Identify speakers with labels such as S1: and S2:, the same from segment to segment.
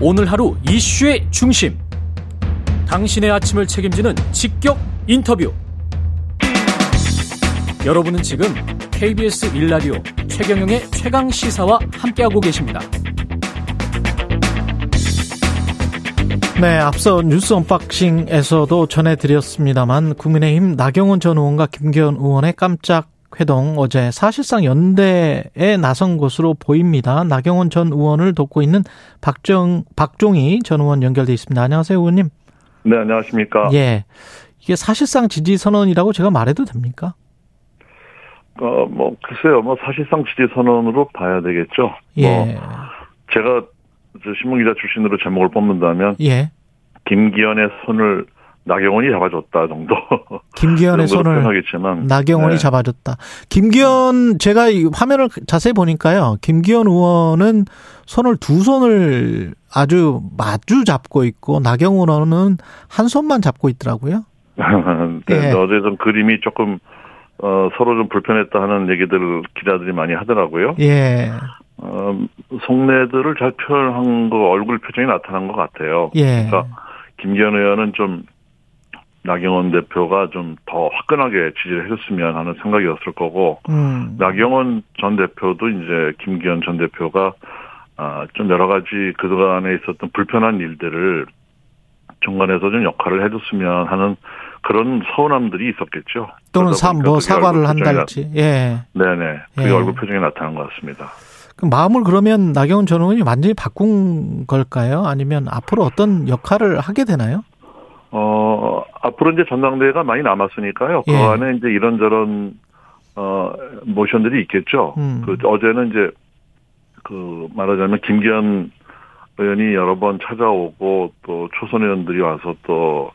S1: 오늘 하루 이슈의 중심. 당신의 아침을 책임지는 직격 인터뷰. 여러분은 지금 KBS 일라디오 최경영의 최강 시사와 함께하고 계십니다.
S2: 네, 앞서 뉴스 언박싱에서도 전해드렸습니다만 국민의힘 나경원 전 의원과 김기현 의원의 깜짝 회동 어제 사실상 연대에 나선 것으로 보입니다. 나경원 전 의원을 돕고 있는 박정 박종희 전 의원 연결돼 있습니다. 안녕하세요, 의원님.
S3: 네, 안녕하십니까.
S2: 예. 이게 사실상 지지 선언이라고 제가 말해도 됩니까? 예.
S3: 어, 뭐 글쎄요, 뭐 사실상 지지 선언으로 봐야 되겠죠.
S2: 예.
S3: 뭐 제가 저 신문 기자 출신으로 제목을 뽑는다면
S2: 예.
S3: 김기현의 손을 나경원이 잡아줬다 정도.
S2: 김기현의
S3: 정도로
S2: 손을
S3: 표현하겠지만
S2: 나경원이
S3: 네.
S2: 잡아줬다. 김기현 제가 이 화면을 자세히 보니까요. 김기현 의원은 손을 두 손을 아주 마주 잡고 있고 나경원 의원은 한 손만 잡고 있더라고요.
S3: 네, 근데
S2: 예.
S3: 어제 좀 그림이 조금 어, 서로 좀 불편했다 하는 얘기들 기자들이 많이 하더라고요.
S2: 예.
S3: 어, 속내들을 잘 표현한 거 얼굴 표정이 나타난 것 같아요.
S2: 예.
S3: 그러니까 김기현 의원은 좀 나경원 대표가 좀 더 화끈하게 지지를 해줬으면 하는 생각이었을 거고 네,
S2: 음.
S3: 나경원 전 대표도 이제 김기현 전 대표가 아, 좀 여러 가지 그동안에 있었던 불편한 일들을 중간에서 좀 역할을 해줬으면 하는 그런 서운함들이 있었겠죠.
S2: 또는
S3: 그러다
S2: 사,
S3: 보니까
S2: 뭐
S3: 그게
S2: 사과를
S3: 얼굴 표정이
S2: 한달지. 예.
S3: 나- 네네. 그게
S2: 예.
S3: 얼굴 표정이 나타난 것 같습니다.
S2: 그 마음을 그러면 나경원 전 의원이 완전히 바꾼 걸까요? 아니면 앞으로 어떤 역할을 하게 되나요?
S3: 어, 앞으로 이제 전당대회가 많이 남았으니까요. 그
S2: 예.
S3: 안에 이제 이런저런, 어, 모션들이 있겠죠.
S2: 음.
S3: 그 어제는 이제, 그, 말하자면 김기현 의원이 여러 번 찾아오고 또 초선 의원들이 와서 또,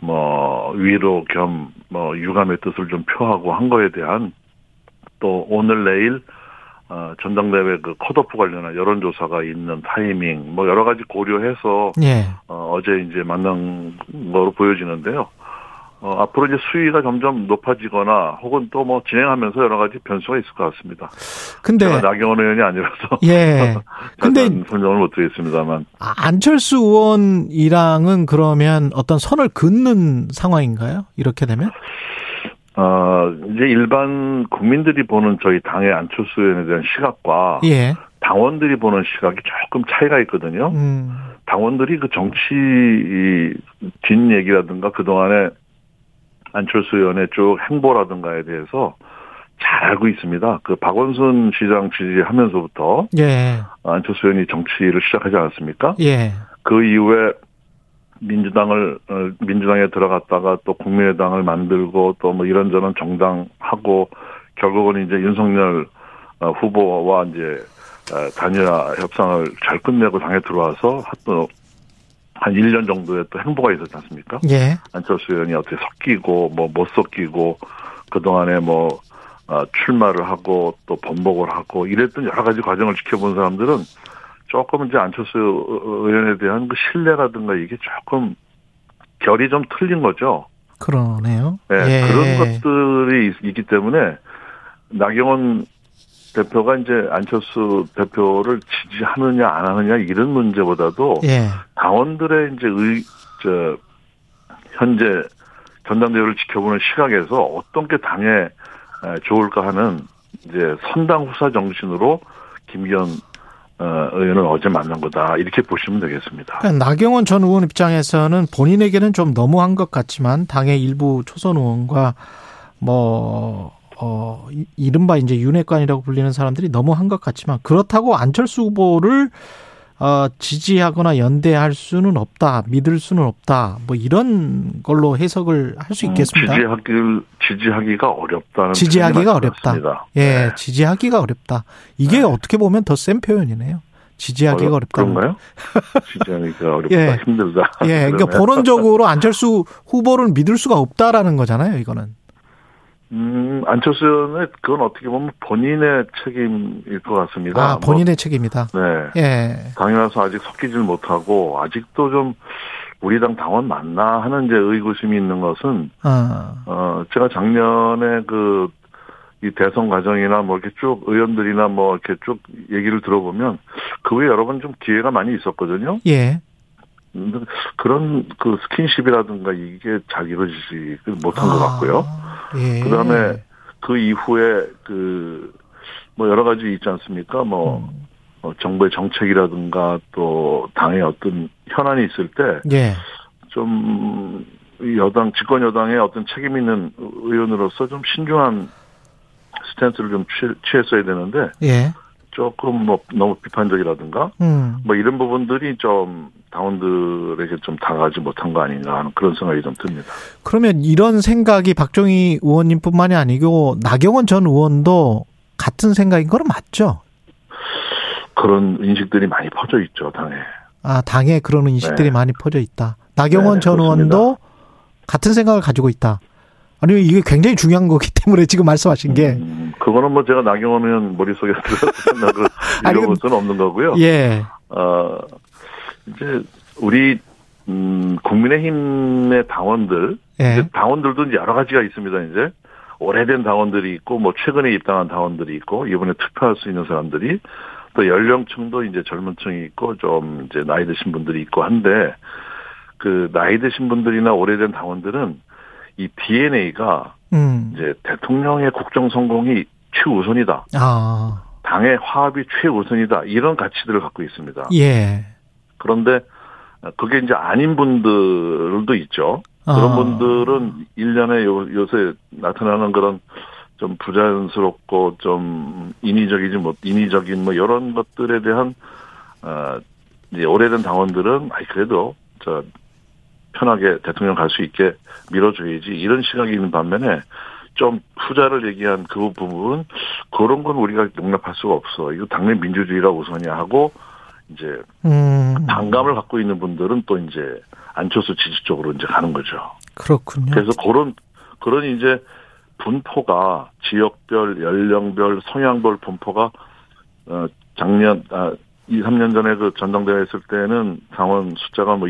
S3: 뭐, 위로 겸, 뭐, 유감의 뜻을 좀 표하고 한 거에 대한 또 오늘 내일 어, 전당대회 그 컷오프 관련한 여론조사가 있는 타이밍 뭐 여러 가지 고려해서
S2: 예.
S3: 어, 어제 이제 만난 거로 보여지는데요. 어, 앞으로 이제 수위가 점점 높아지거나 혹은 또 뭐 진행하면서 여러 가지 변수가 있을 것 같습니다.
S2: 근데
S3: 제가 어, 나경원 의원이 아니라서
S2: 예. 네. 근데
S3: 자세한 설명을 못드리겠습니다만
S2: 아, 안철수 의원이랑은 그러면 어떤 선을 긋는 상황인가요? 이렇게 되면?
S3: 어, 이제 일반 국민들이 보는 저희 당의 안철수 의원에 대한 시각과
S2: 예.
S3: 당원들이 보는 시각이 조금 차이가 있거든요.
S2: 음.
S3: 당원들이 그 정치 이 뒷얘기라든가 그동안에 안철수 의원의 쭉 행보라든가에 대해서 잘 알고 있습니다. 그 박원순 시장 지지하면서부터
S2: 예.
S3: 안철수 의원이 정치를 시작하지 않았습니까?
S2: 예.
S3: 그 이후에 민주당을 어, 민주당에 들어갔다가 또 국민의당을 만들고 또 뭐 이런저런 정당하고 결국은 이제 윤석열 어, 후보와 이제 어, 단일화 협상을 잘 끝내고 당에 들어와서 또한 1년 정도의 또 행보가 있었지 않습니까?
S2: 예.
S3: 안철수 의원이 어떻게 섞이고 뭐 못 섞이고 그동안에 뭐 어, 출마를 하고 또 번복을 하고 이랬던 여러 가지 과정을 지켜본 사람들은 조금 이제 안철수 의원에 대한 그 신뢰라든가 이게 조금 결이 좀 틀린 거죠.
S2: 그러네요.
S3: 예,
S2: 예.
S3: 그런 것들이 있, 기 때문에 나경원 대표가 이제 안철수 대표를 지지하느냐 안 하느냐 이런 문제보다도
S2: 예.
S3: 당원들의 이제 의, 저, 현재 전당대회를 지켜보는 시각에서 어떤 게 당에 에, 좋을까 하는 이제 선당 후사 정신으로 김기현 어, 의원을 어제 만난 거다. 이렇게 보시면 되겠습니다.
S2: 그러니까 나경원 전 의원 입장에서는 본인에게는 좀 너무한 것 같지만 당의 일부 초선 의원과 뭐 어, 이- 이른바 이제 윤핵관이라고 불리는 사람들이 너무한 것 같지만 그렇다고 안철수 후보를 어, 지지하거나 연대할 수는 없다, 믿을 수는 없다, 뭐 이런 걸로 해석을 할 수
S3: 음,
S2: 있겠습니다.
S3: 지지하기, 지지하기가 어렵다는.
S2: 지지하기가
S3: 표현이 맞을
S2: 어렵다.
S3: 것 같습니다.
S2: 예, 지지하기가 어렵다. 이게 어떻게 보면 더 센 표현이네요. 지지하기가
S3: 네. 어렵-
S2: 어렵다.
S3: 그런가요? 지지하기가 어렵다.
S2: 예.
S3: 힘들다.
S2: 예, 그러니까
S3: 그러네요.
S2: 본론적으로 안철수 후보를 믿을 수가 없다라는 거잖아요, 이거는.
S3: 음, 안철수 의원의 그건 어떻게 보면 본인의 책임일 것 같습니다.
S2: 아,
S3: 뭐,
S2: 본인의 책임이다.
S3: 네.
S2: 예.
S3: 당이라서 아직 섞이질 못하고 아직도 좀 우리 당 당원 맞나 하는 이제 의구심이 있는 것은
S2: 아,
S3: 어 제가 작년에 그 이 대선 과정이나 뭐 이렇게 쭉 의원들이나 뭐 이렇게 쭉 얘기를 들어보면 그 외에 여러 번 좀 기회가 많이 있었거든요.
S2: 예.
S3: 근데 그런 그 스킨십이라든가 이게 잘 이루어지지 못한 것
S2: 아,
S3: 같고요.
S2: 예.
S3: 그다음에 그 이후에 그 뭐 여러 가지 있지 않습니까? 뭐
S2: 음,
S3: 어, 정부의 정책이라든가 또 당의 어떤 현안이 있을
S2: 예.
S3: 때 좀 여당 집권 여당의 어떤 책임 있는 의원으로서 좀 신중한 스탠스를 좀 취, 취했어야 되는데
S2: 예.
S3: 조금 뭐 너무 비판적이라든가
S2: 음.
S3: 뭐 이런 부분들이 좀 당원들에게 좀 다가가지 못한 거 아닌가 하는 그런 생각이 좀 듭니다.
S2: 그러면 이런 생각이 박종희 의원님뿐만이 아니고 나경원 전 의원도 같은 생각인 거는 맞죠?
S3: 그런 인식들이 많이 퍼져 있죠 당에.
S2: 아, 당에 그런 인식들이
S3: 네.
S2: 많이 퍼져 있다. 나경원
S3: 네,
S2: 전
S3: 그렇습니다.
S2: 의원도 같은 생각을 가지고 있다. 아니면 이게 굉장히 중요한 거기 때문에 지금 말씀하신 게
S3: 음, 그거는 뭐 제가 나경원 의원 머릿속에 들어서 그런
S2: 아니,
S3: 읽어볼 수는 없는 거고요.
S2: 예.
S3: 어, 이제 우리 음, 국민의힘의 당원들,
S2: 예.
S3: 이제 당원들도 이제 여러 가지가 있습니다. 이제 오래된 당원들이 있고, 뭐 최근에 입당한 당원들이 있고, 이번에 투표할 수 있는 사람들이 또 연령층도 이제 젊은층이 있고, 좀 이제 나이 드신 분들이 있고 한데 그 나이 드신 분들이나 오래된 당원들은 이 DNA가
S2: 음.
S3: 이제 대통령의 국정 성공이 최우선이다.
S2: 아.
S3: 당의 화합이 최우선이다. 이런 가치들을 갖고 있습니다.
S2: 예.
S3: 그런데 그게 이제 아닌 분들도 있죠. 그런
S2: 아.
S3: 분들은 일년에 요, 새 나타나는 그런 좀 부자연스럽고 좀 인위적이지 못 인위적인 뭐 이런 것들에 대한 어, 이제 오래된 당원들은 아이 그래도 저 편하게 대통령 갈 수 있게 밀어줘야지 이런 시각이 있는 반면에 좀 후자를 얘기한 그 부분 그런 건 우리가 용납할 수가 없어 이거 당내 민주주의가 우선이야 하고 이제
S2: 음.
S3: 반감을 갖고 있는 분들은 또 이제 안철수 지지 쪽으로 이제 가는 거죠.
S2: 그렇군요.
S3: 그래서 그런 그런 이제 분포가 지역별, 연령별, 성향별 분포가 어 작년 아 2, 3년 전에 그 전당대회 했을 때는 당원 숫자가 뭐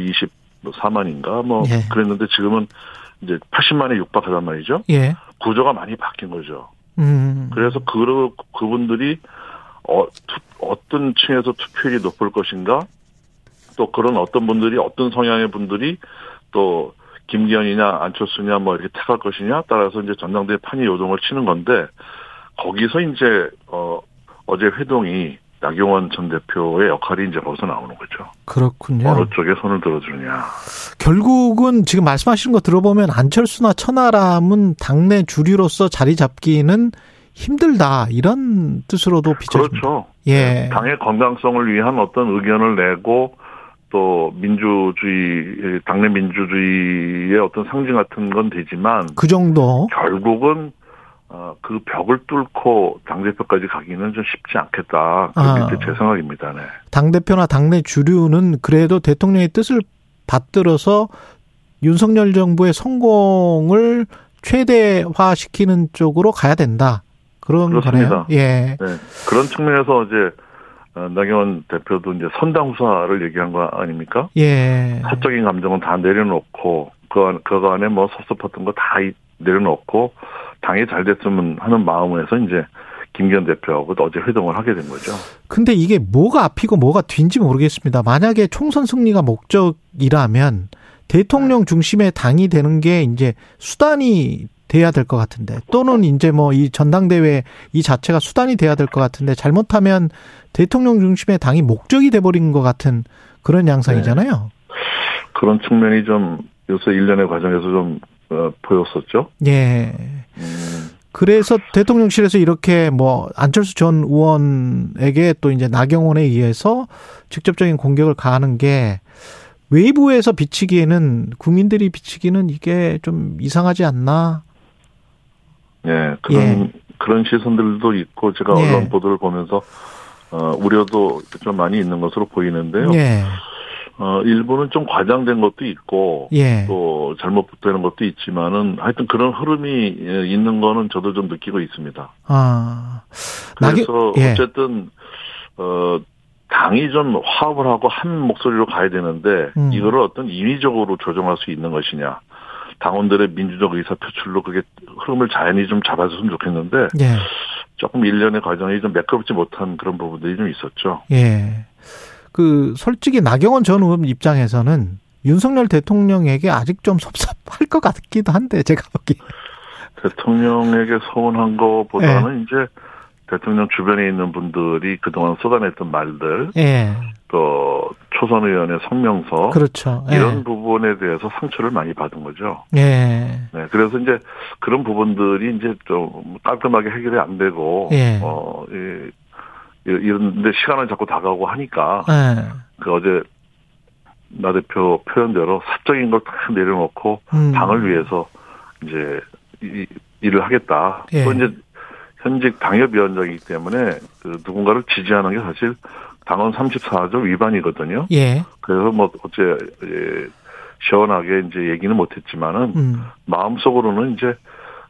S3: 24만인가 뭐
S2: 예.
S3: 그랬는데 지금은 이제 80만에 육박하단 말이죠.
S2: 예.
S3: 구조가 많이 바뀐 거죠.
S2: 음.
S3: 그래서 그 그분들이 어, 투- 어떤 층에서 투표율이 높을 것인가 또 그런 어떤 분들이 어떤 성향의 분들이 또 김기현이냐 안철수냐 뭐 이렇게 택할 것이냐 따라서 이제 전당대회 판이 요동을 치는 건데 거기서 이제 어 어제 회동이 나경원 전 대표의 역할이 이제 거기서 나오는 거죠.
S2: 그렇군요.
S3: 어느 쪽에 손을 들어주느냐.
S2: 결국은 지금 말씀하시는 거 들어보면 안철수나 천하람은 당내 주류로서 자리 잡기는 힘들다 이런 뜻으로도 비춰집니다.
S3: 그렇죠.
S2: 예.
S3: 당의 건강성을 위한 어떤 의견을 내고 또 민주주의 당내 민주주의의 어떤 상징 같은 건 되지만
S2: 그 정도.
S3: 결국은 어, 그 벽을 뚫고 당 대표까지 가기는 좀 쉽지 않겠다.
S2: 아.
S3: 그게 이제 제 생각입니다. 네.
S2: 당대표나 당내 주류는 그래도 대통령의 뜻을 받들어서 윤석열 정부의 성공을 최대화시키는 쪽으로 가야 된다. 그런
S3: 그렇습니다.
S2: 거네요. 예.
S3: 네. 그런 측면에서 이제 어, 나경원 대표도 이제 선당후사를 얘기한 거 아닙니까?
S2: 예.
S3: 사적인 감정은 다 내려놓고 그 안- 그거 안에 뭐 섭섭했던 거 다 내려놓고 당이 잘 됐으면 하는 마음에서 이제 김기현 대표하고 어제 회동을 하게 된 거죠.
S2: 근데 이게 뭐가 앞이고 뭐가 뒤인지 모르겠습니다. 만약에 총선 승리가 목적이라면 대통령 중심의 당이 되는 게 이제 수단이 돼야 될 것 같은데 또는 이제 뭐 이 전당대회 이 자체가 수단이 돼야 될 것 같은데 잘못하면 대통령 중심의 당이 목적이 돼버린 것 같은 그런 양상이잖아요.
S3: 그런 측면이 좀 요새 일련의 과정에서 좀 어, 보였었죠.
S2: 예.
S3: 음,
S2: 그래서 대통령실에서 이렇게 뭐 안철수 전 의원에게 또 이제 나경원에 의해서 직접적인 공격을 가하는 게 외부에서 비치기에는 국민들이 비치기는 이게 좀 이상하지 않나?
S3: 예, 그런 그런 시선들도 있고 제가
S2: 예.
S3: 언론 보도를 보면서 어, 우려도 좀 많이 있는 것으로 보이는데요.
S2: 예,
S3: 어, 일부는 좀 과장된 것도 있고
S2: 예,
S3: 또 잘못 되는 것도 있지만은 하여튼 그런 흐름이 예, 있는 거는 저도 좀 느끼고 있습니다.
S2: 아,
S3: 그래서
S2: 나경- 예.
S3: 어쨌든 어 당이 좀 화합을 하고 한 목소리로 가야 되는데
S2: 음.
S3: 이거를 어떤 인위적으로 조정할 수 있는 것이냐 당원들의 민주적 의사 표출로 그게 흐름을 자연히 좀 잡아줬으면 좋겠는데
S2: 예.
S3: 조금 일련의 과정이 좀 매끄럽지 못한 그런 부분들이 좀 있었죠.
S2: 예. 그 솔직히 나경원 전 의원 입장에서는 윤석열 대통령에게 아직 좀 섭섭할 것 같기도 한데 제가 보기.
S3: 대통령에게 서운한
S2: 네.
S3: 것보다는 이제 대통령 주변에 있는 분들이 그동안 쏟아냈던 말들,
S2: 예.
S3: 또그 초선 의원의 성명서
S2: 그렇죠. 예.
S3: 어? 이런 부분에 대해서 상처를 많이 받은 거죠.
S2: 예.
S3: 네, 그래서 이제 그런 부분들이 이제 좀 깔끔하게 해결이 안 되고
S2: 예.
S3: 어 이, 이런데 시간을 자꾸 다가오고 하니까
S2: 예.
S3: 그 어제 나 대표 표현대로 사적인 걸 딱 내려놓고
S2: 음.
S3: 당을 위해서 이제 이, 일을 하겠다.
S2: 예.
S3: 또 이제 현직 당협위원장이기 때문에 그 누군가를 지지하는 게 사실 당원 34조 위반이거든요.
S2: 예.
S3: 그래서 뭐 어째 예, 시원하게 이제 얘기는 못했지만은
S2: 음.
S3: 마음속으로는 이제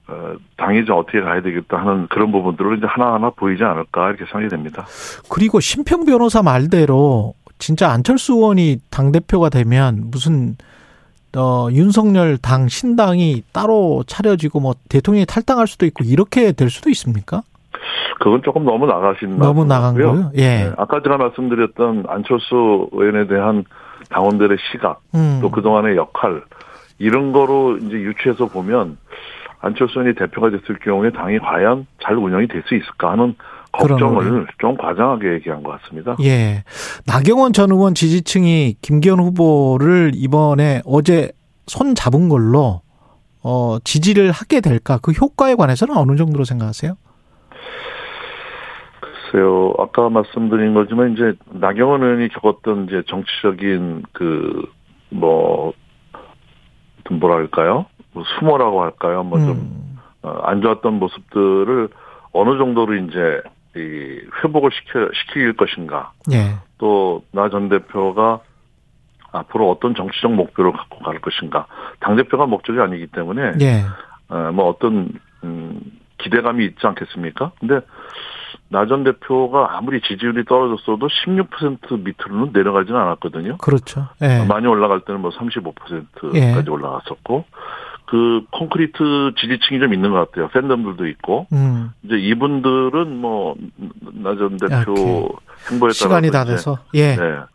S3: 어, 당이 좀 어떻게 가야 되겠다 하는 그런 부분들을 이제 하나하나 보이지 않을까 이렇게 생각이 됩니다.
S2: 그리고 심평 변호사 말대로 진짜 안철수 의원이 당 대표가 되면 무슨 어 윤석열 당 신당이 따로 차려지고 뭐 대통령이 탈당할 수도 있고 이렇게 될 수도 있습니까?
S3: 그건 조금 너무 나가신
S2: 너무 나간
S3: 말씀이고요.
S2: 거요. 예.
S3: 음, 네, 아까 제가 말씀드렸던 안철수 의원에 대한 당원들의 시각
S2: 음.
S3: 또 그동안의 역할 이런 거로 이제 유추해서 보면 안철수 의원이 대표가 됐을 경우에 당이 과연 잘 운영이 될 수 있을까 하는
S2: 그런
S3: 걱정을 좀 과장하게 얘기한 것 같습니다.
S2: 예. 나경원 전 의원 지지층이 김기현 후보를 이번에 어제 손 잡은 걸로 어 지지를 하게 될까? 그 효과에 관해서는 어느 정도로 생각하세요?
S3: 글쎄요, 아까 말씀드린 거지만 이제 나경원 의원이 겪었던 이제 정치적인 그 그뭐 뭐랄까요, 뭐 수모라고 할까요, 뭐 좀 안
S2: 음.
S3: 좋았던 모습들을 어느 정도로 이제 이 회복을 시켜 시킬 것인가,
S2: 예.
S3: 또 나 전 대표가 앞으로 어떤 정치적 목표를 갖고 갈 것인가, 당 대표가 목적이 아니기 때문에
S2: 예.
S3: 어, 뭐 어떤 음, 기대감이 있지 않겠습니까? 근데 나 전 대표가 아무리 지지율이 떨어졌어도 16% 밑으로는 내려가지는 않았거든요.
S2: 그렇죠. 예.
S3: 많이 올라갈 때는 뭐 35%까지
S2: 예.
S3: 올라갔었고 그 콘크리트 지지층이 좀 있는 것 같아요. 팬덤들도 있고
S2: 음.
S3: 이제 이분들은 뭐 나 전
S2: 아,
S3: 대표 행보에 따라
S2: 시간이 다 돼서 예.
S3: 네.